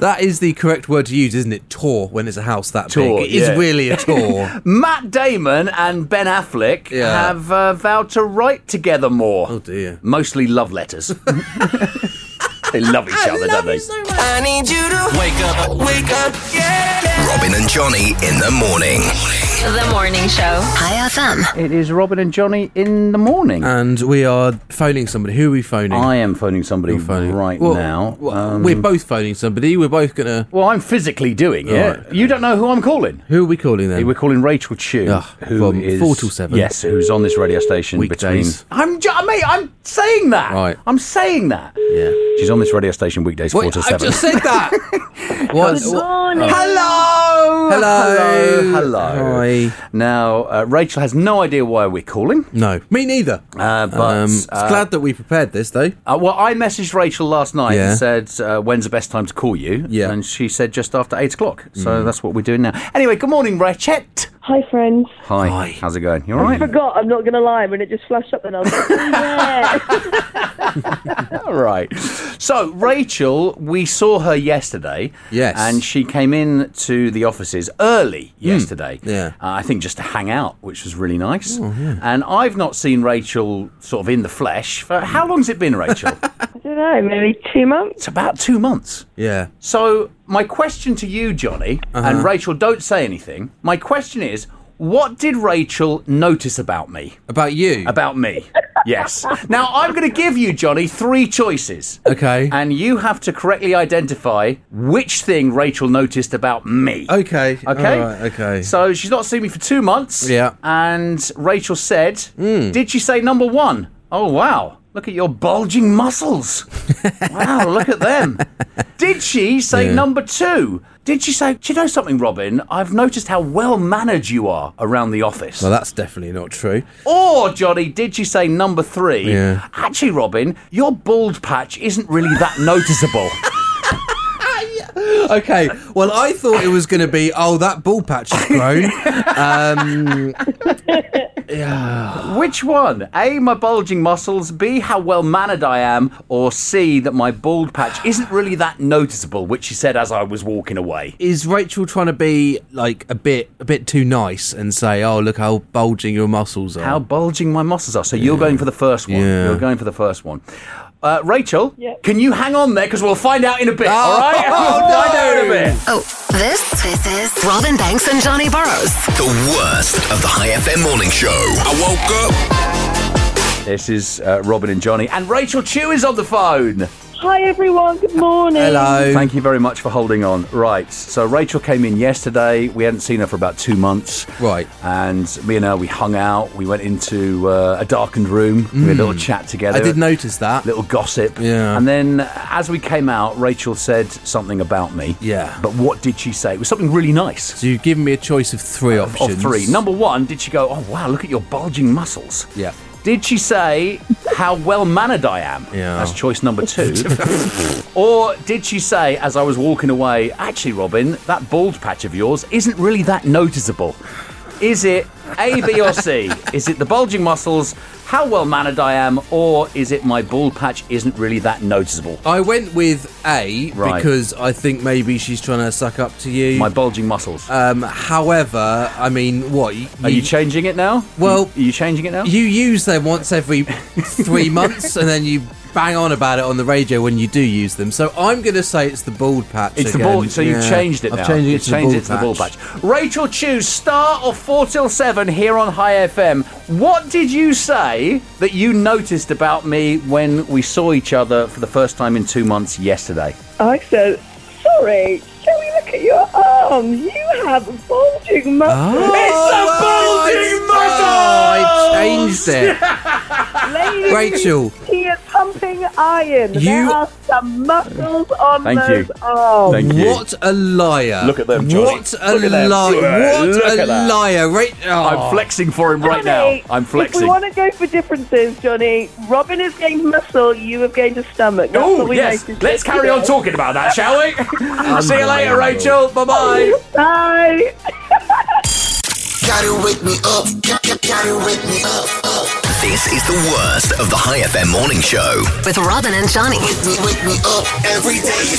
That is the correct word to use, isn't it? Tour when it's a house that
Tour,
big. It is
yeah.
really a tour.
Matt Damon and Ben Affleck
Yeah.
have uh, vowed to write together more. Oh dear. Mostly love letters. they love each other, don't they?
I need you to wake up, wake up, yeah.
Robin and Johnny in the morning.
The morning show. Hi FM.
It is Robin and Johnny in the morning.
And we are phoning somebody. Who are we phoning?
I am phoning somebody right
Well,
now. um,
well, we're both
phoning somebody. We're both gonna. Well, I'm physically doing it.
All
You don't know who I'm calling.
Who are we calling then?
We're calling Rachel Chu,
Ugh,
who
Ah, from
is-
4 till 7.
Yes, who's on this radio station
Weekdays.
between I'm, j- mate, I'm saying that.
Right.
I'm saying that. Yeah. She's on this radio station weekdays four
Wait,
to
I
seven.
just said that. what?
Good
morning.
Hello.
Hello.
Hello. Hi. Now, uh, Rachel has no idea why we're calling.
No, me neither.
Uh, but
Um, it's glad that we prepared this though.
Uh, well, I messaged Rachel last night
Yeah.
and said, uh, "When's the best time to call you?" Yeah, and she said just after eight o'clock. So
Mm.
that's what we're doing now. Anyway, good morning, Rachet.
Hi, friends.
Hi. How's it going? You all
I
right?
forgot, I'm not going to lie, when it just flashed up and I was like, oh, yeah.
all right. So, Rachel, we saw her yesterday.
Yes. Mm.
And she came in to the offices early yesterday.
yeah.
Uh, I think just to hang out, which was really nice.
Oh, yeah.
And I've not seen Rachel sort of in the flesh for how long's it been, Rachel?
I don't know, maybe two months?
It's about two months.
Yeah.
So, my question to you, Johnny, and Rachel, don't say anything. My question is, what did Rachel notice about me?
About you?
About me. yes. Now, I'm going to give you, Johnny, three choices.
Okay.
And you have to correctly identify which thing Rachel noticed about me.
Okay.
Okay.
All right, okay.
So, she's not seen me for two months.
Yeah. Hmm.
And Rachel said, Did she say number one? Oh, wow. Look at your bulging muscles. wow, look at them. Did she say
Yeah.
number two? Did she say, Do you know something, Robin? I've noticed how well mannered you are around the office.
Well, that's definitely not true.
Or, Johnny, did she say number three?
Yeah.
Actually, Robin, your bald patch isn't really that noticeable.
Okay. Well, I thought it was going to be, oh, that ball patch has grown. um,
Which one? A, my bulging muscles, B, how well mannered I am, or C, that my bald patch isn't really that noticeable, which she said as I was walking away.
is Rachel trying to be like a bit, a bit too nice and say, oh, look how bulging your muscles are?
How bulging my muscles are. So you're going for the first one.
Yeah.
You're going for the first one. Uh, Rachel,
Yeah.
can you hang on there? Because we'll find out in a bit,
Oh,
all right? We'll find out in a bit.
Oh, this this is Robin Banks and Johnny Burrows.
The worst of the High FM morning show. I woke up.
This is uh, Robin and Johnny, and Rachel Chew is on the phone.
Hi, everyone. Good morning.
Oh.
Thank you very much for holding on. Right. So Rachel came in yesterday. We hadn't seen her for about two months. Right. And me and her, we hung out. We went into uh, a darkened room. We had a little chat together.
I did notice that.
Little gossip. Yeah. And then as we came out, Rachel said something about me. Yeah. But what did she say? It was something really nice.
So you've given me a choice of three options.
Of three. Number one, did she go, oh, wow, look at your bulging muscles?
Yeah.
Did she say how well mannered I am?
Yeah.
That's choice number two. or did she say, as I was walking away, actually, Robin, that bald patch of yours isn't really that noticeable? Is it A, B, or C? Is it the bulging muscles, how well mannered I am, or is it my bald patch isn't really that noticeable?
I went with A
Right.
because I think maybe she's trying to suck up to you. My
bulging muscles.
Um, however, I mean, what? You,
Are you changing it now?
Well,
are you changing it now?
You use them once every three months, and then you bang on about it on the radio when you do use them. So I'm going to say it's the bald patch.
It's the
again.
ball. So you've
Yeah.
changed it
I've
now.
changed it,
You've
to,
changed
the
it to the ball patch. Rachel Chew, star of four till seven here on High FM. What did you say that you noticed about me when we saw each other for the first time in two months yesterday?
I said, sorry, shall we look at your arms? You have bulging muscles.
Oh,
it's a bulging
I
muscle!
oh, changed it.
Ladies,
Rachel.
He is pumping iron. There
You-
are some muscles on
Thank you.
those arms.
What a liar!
Look at them, Johnny.
What a
Look at them.
liar! What
Look
a
at that.
liar! Right? Oh.
I'm flexing for him right
Johnny,
now. I'm
If we
flexing.
want to go for differences, Johnny, Robin has gained muscle, you have gained a stomach. That's what
Oh,
we
yes.
noticed
Let's carry on
yesterday.
talking about that, shall we? See you later,
Unbelievable.
Rachel. Bye bye.
Bye.
Gotta wake me up. Gotta wake me up. This is the worst of the High FM morning show.
With Robin and Johnny.
Wake me up every day.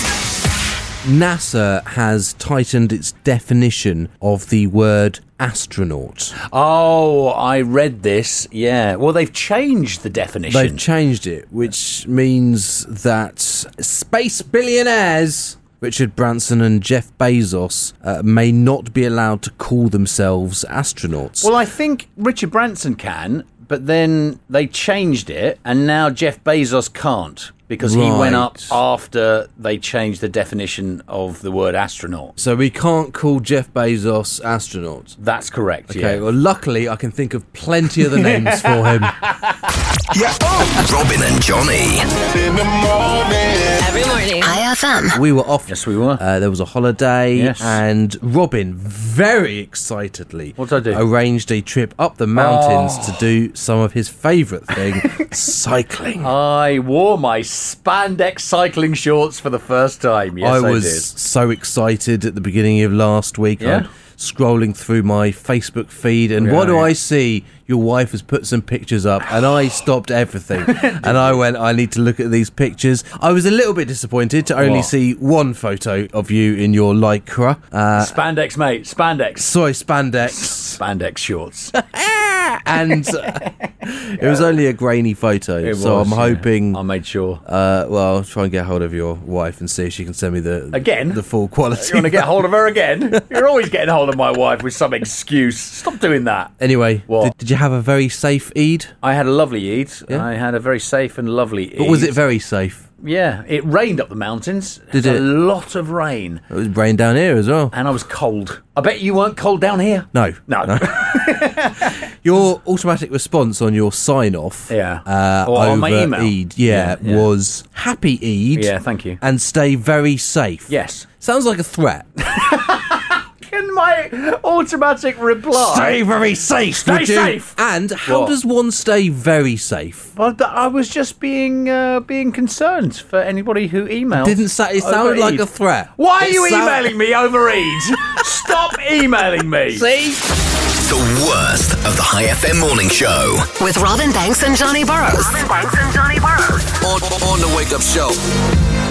NASA has tightened its definition of the word astronaut.
Oh, I read this. Yeah. Well, they've changed the
They've
definition.
changed it, which means that space billionaires Richard Branson and Jeff Bezos uh, may not be allowed to call themselves astronauts.
well, I think Richard Branson can, but then they changed it, and now Jeff Bezos can't because he went up after they changed the definition of the word astronaut.
So we can't call Jeff Bezos astronaut.
That's correct.
Okay.
yeah.
Well, luckily I can think of plenty other names for him.
Robin and Johnny. In the morning.
Every morning. High FM.
We were off.
Yes, we were.
Uh, there was a holiday,
Yes.
and Robin very excitedly
What did I do?
arranged a trip up the mountains
Oh.
to do some of his favourite thing, cycling.
I wore my spandex cycling shorts for the first time. Yes, I,
I was
did.
so excited at the beginning of last week.
Yeah?
I'm scrolling through my Facebook feed, and what do
Right.
I see? Your wife has put some pictures up, and I stopped everything. and I went, I need to look at these pictures. I was a little bit disappointed to only
What?
see one photo of you in your lycra. Uh,
Spandex, mate. Spandex.
Soy spandex.
Spandex shorts.
and uh, it was only a grainy photo,
It
so
was,
I'm
yeah.
hoping
I made sure.
Uh, well, I'll try and get hold of your wife and see if she can send me the
Again?
the full quality.
You want to get hold of her again? You're always getting hold of my wife with some excuse. Stop doing that.
Anyway,
What?
Did, did you have a very safe Eid?
I had a lovely Eid. I had a very safe and lovely Eid.
But was it very safe?
Yeah, it rained up the mountains.
Did
It was
it?
A lot of rain,
It was rain down here as well.
and I was cold. I bet you weren't cold down here.
No,
No.
your automatic response on your sign off,
Yeah.
uh,
Or on my
over
email.
Eid, yeah,
Yeah, yeah.
was happy Eid.
Yeah, thank you.
and stay very safe.
Yes.
sounds like a threat.
Can my automatic reply?
very safe.
Stay
would you?
safe.
And how
What?
does one stay very safe?
Well, th- I was just being uh, being concerned for anybody who emailed.
Didn't sa- it
over
sounded like
Eid.
a threat.
Why are
It
you
sound-
emailing me over Eid? Stop emailing me.
See?
The worst of the High FM morning show.
With Robin Banks and Johnny Burrows. Robin Banks and Johnny Burrows.
On, on the wake up show.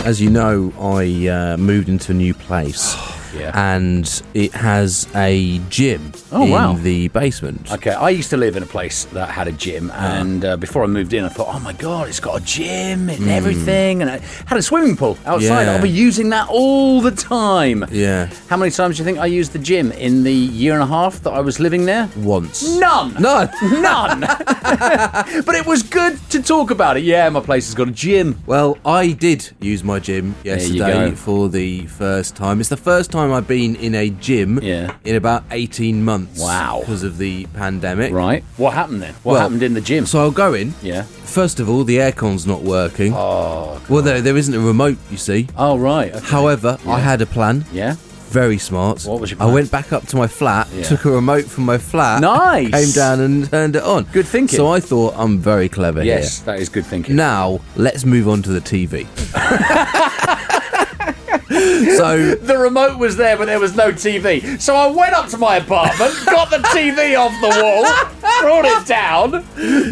As you know, I uh, moved into a new place.
Yeah.
And it has a gym
Oh,
in
wow.
the basement.
Okay, I used to live in a place that had a gym,
Ah.
and uh, before I moved in, I thought, oh my god, it's got a gym and everything, and it had a swimming pool outside.
Hmm. Yeah.
I'll be using that all the time.
Yeah.
How many times do you think I used the gym in the year and a half that I was living there?
Once.
None.
None.
None. but it was good to talk about it. Yeah, my place has got a gym.
Well, I did use my gym
you
yesterday
go.
for the first time. It's the first time I've been in a gym
Yeah.
in about 18 months.
Wow.
Because of the pandemic.
Right. What happened then? What
Well,
happened in the gym?
So I'll go in.
yeah.
First of all, the aircon's not working. Oh. Well, there, there isn't a remote, you see.
Oh right. okay.
However, I had a plan.
Yeah.
Very smart.
What was your
I
plan?
went back up to my flat,
Yeah.
took a remote from my flat,
Nice.
came down and turned it on.
Good thinking.
So I thought I'm very clever
Yes, that is good thinking.
here. Now let's move on to the TV. so
The remote was there, but there was no TV. So I went up to my apartment, got the TV off the wall, brought it down.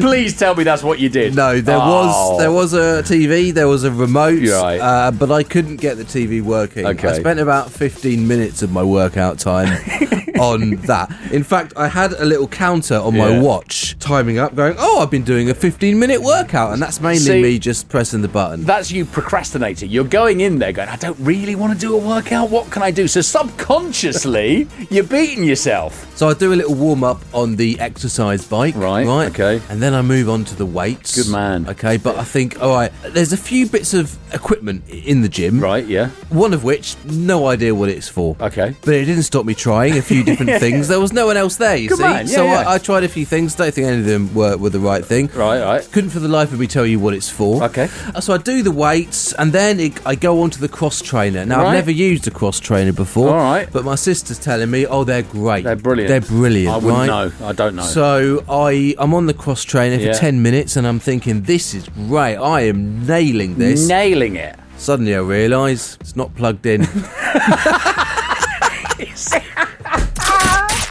Please tell me that's what you did.
no, there
Oh.
was there was a TV, there was a remote,
You're right.
uh, but I couldn't get the TV working. I
Okay.
spent about 15 minutes of my workout time on that. In fact, I had a little counter on my
Yeah.
watch timing up, going, "Oh, I've been doing a 15 minute workout," and that's mainly
See-
me just pressing the button.
That's you procrastinating. You're going in there going, I don't really want to do a workout. What can I do? So subconsciously, you're beating yourself.
So I do a little warm up on the exercise size bike. Right. Right. Okay. And then I move on to the weights. Good man. Okay, but I think all right. There's a few bits of equipment i- in the gym. Right. Yeah. One of which, no idea what it's for. Okay. But it didn't stop me trying a few different things. There was no one else there. You
Good
see.
man, yeah,
so
yeah.
I, I tried a few things. Don't think any of them were, were the right thing. Right. Right. Couldn't for the life of me tell you what it's for. Okay. So I do the weights, and then it, I go on to the cross trainer. Now I've
Right.
never used a cross trainer before. All right. But my sister's telling me, oh, they're great. They're brilliant. They're brilliant.
I wouldn't
right?
know. I don't know.
So I I'm on the cross trainer for
Yeah.
ten minutes, and I'm thinking this is great. I am nailing this.
Nailing it.
Suddenly I realise it's not plugged in.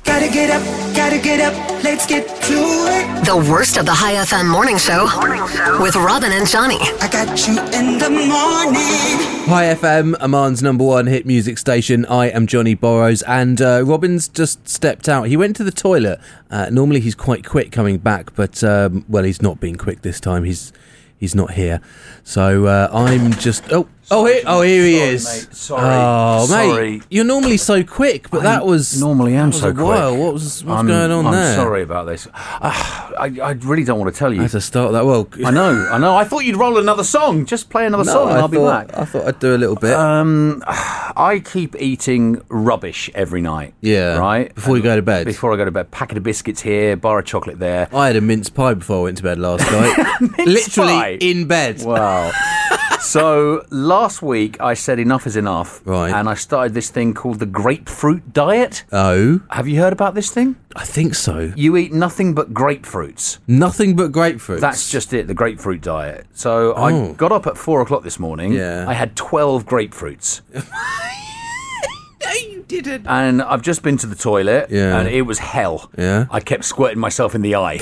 Gotta get up, gotta get up, let's get to it.
The worst of the High FM morning show with Robin and Johnny.
I got you in the morning.
Hi FM, Amman's number one hit music station. I am Johnny Borrows, and uh, Robin's just stepped out. He went to the toilet. Uh, normally he's quite quick coming back, but um, well, he's not being quick this time. He's he's not here, so uh, I'm just oh oh here oh here he is.
Sorry.
oh mate,
Sorry.
you're normally so quick, but that was
normally am
that was
so
a
quick.
while. What was what's
I'm-
going on
I'm
there?
sorry about this. Ah, I, I really don't want to tell you. I had
to start that well.
I know, I know. I thought you'd roll another song. Just play another
No,
song and
I
will
thought-
be back.
I thought I'd do a little bit.
Um, I keep eating rubbish every night.
Yeah.
Right?
Before you go to bed.
Before I go to bed. Packet of biscuits here, bar of chocolate there.
I had a mince pie before I went to bed last night. Literally in bed.
Wow. so last week I said enough is enough. Right. And I started this thing called the grapefruit diet.
Oh.
Have you heard about this thing?
I think so.
You eat nothing but grapefruits.
Nothing but grapefruits.
That's just it, the grapefruit diet. So I
Oh.
got up at four o'clock this morning. Yeah. I had 12 grapefruits.
you didn't.
and I've just been to the toilet,
Yeah.
and it was hell.
Yeah.
I kept squirting myself in the eye.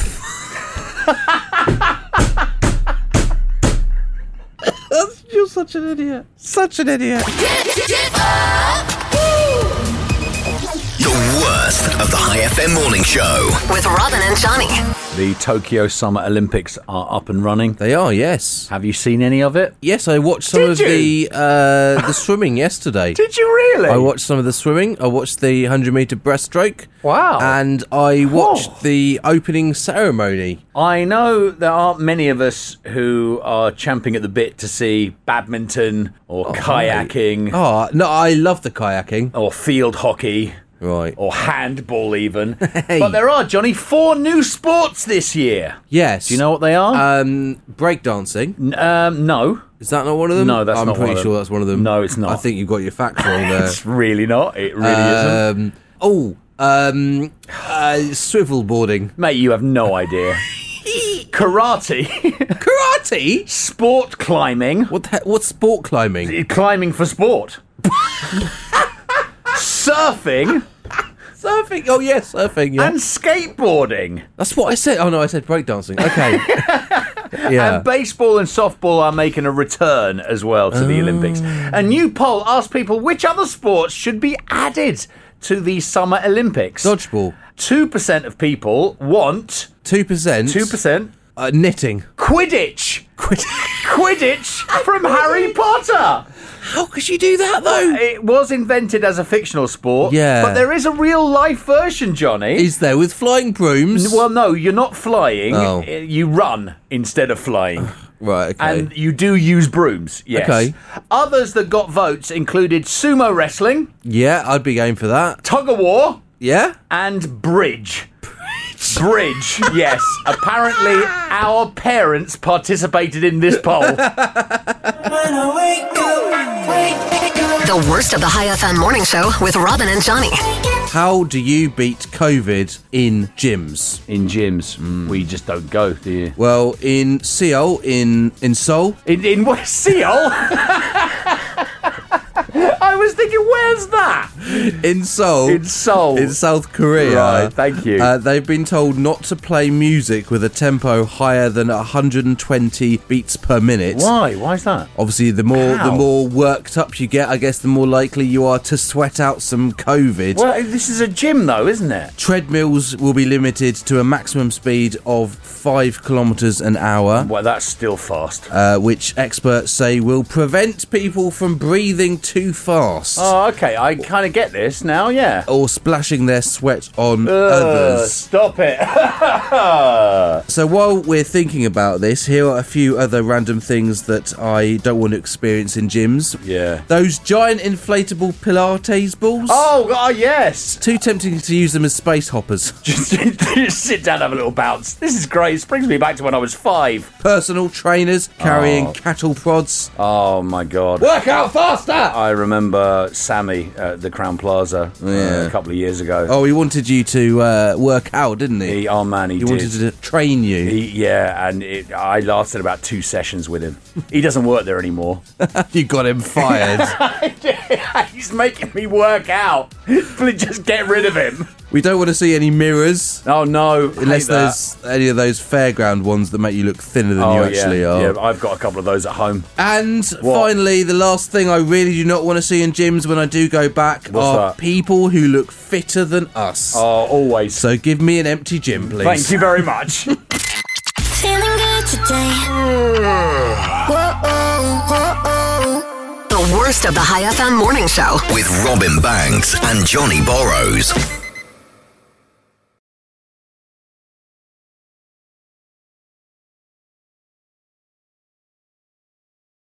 You're such an idiot. Such an idiot.
The worst of the High FM morning show.
With Robin and Johnny.
the Tokyo Summer Olympics are up and running.
They are, yes.
Have you seen any of it?
Yes, I watched some
Did
of
you?
the uh, the swimming yesterday.
Did you really?
I watched some of the swimming. I watched the 100 meter breaststroke.
Wow.
And I watched the opening ceremony.
I know there aren't many of us who are champing at the bit to see badminton or kayaking
Oh, no, I love the kayaking.
or field hockey.
Right.
Or handball, even. But there are, Johnny, four new sports this year.
Yes. Do you know
what they are?
Um, breakdancing.
um, no.
Is that not one of them?
No, that's
I'm
not
pretty
one of
sure
them.
that's one of them.
No, it's not.
I think you've got your facts wrong there.
It's really not. It really isn't.
um, Oh, um, uh, swivel boarding.
Mate, you have no idea. Karate.
Karate?
Sport climbing.
What the he- What's sport climbing?
Climbing for sport. surfing.
Surfing. Oh, yeah, surfing. Yeah.
And skateboarding.
That's what I said. Oh, no, I said breakdancing. Okay. yeah.
And baseball and softball are making a return as well to the Olympics. A new poll asked people which other sports should be added to the Summer Olympics.
Dodgeball.
2% of people want
2%.
2%
Uh, knitting.
Quidditch. Quidditch. Quidditch from Harry Potter.
How could you do that, though?
It was invented as a fictional sport.
Yeah.
But there is a real life version, Johnny.
Is there with flying brooms?
Well, no, you're not flying.
Oh.
Uh, You run instead of flying.
Right, okay.
And you do use brooms, yes.
Okay.
Others that got votes included sumo wrestling,
yeah, I'd be game for that.
tug of war,
Yeah?
and bridge. Bridge. Bridge, yes. Apparently, our parents participated in this poll.
The worst of the High FM morning show with Robin and Johnny.
How do you beat COVID in gyms?
in gyms, mm. we just don't go, do you?
Well, in Seoul, in in Seoul,
In, in West Seoul? I was thinking, where's that?
in Seoul,
In Seoul.
in South Korea.
Right, thank you.
Uh, they've been told not to play music with a tempo higher than 120 beats per minute.
Why? Why's that?
Obviously, the more
How?
the more worked up you get, I guess, the more likely you are to sweat out some COVID.
Well, this is a gym, though, isn't it?
Treadmills will be limited to a maximum speed of five kilometers an hour,
Well, that's still fast.
uh, which experts say will prevent people from breathing too fast.
Oh, okay. I kind of get this now, yeah. Uh,
Or splashing their sweat on others.
Stop it.
So while we're thinking about this, here are a few other random things that I don't want to experience in gyms.
Yeah.
Those giant inflatable Pilates balls.
Oh, oh yes.
Too tempting to use them as space hoppers.
Just sit down, have a little bounce. This is great. This brings me back to when I was five.
Personal trainers carrying
Oh.
cattle prods.
Oh my god.
Work out faster!
I remember Sammy at the Crown Plaza uh,
Yeah.
a couple of years ago.
Oh, he wanted you to uh, work out, didn't he?
He, oh man, he,
He
did.
wanted to train you.
He- yeah, and it, I lasted about two sessions with him. He doesn't work there anymore.
you got him fired.
He's making me work out. Please just get rid of him.
we don't want to see any mirrors.
Oh no!
Unless
hate that.
there's any of those fairground ones that make you look thinner than you
Oh,
actually
yeah.
are.
Yeah, I've got a couple of those at home.
And finally, the last thing I really do not want to see in gyms when I do go back
What's
are
that?
people who look fitter than us.
Oh, always.
So give me an empty gym, please.
Thank you very much.
Feeling good today. The worst of the High FM morning show.
With Robin Banks and Johnny Borrows.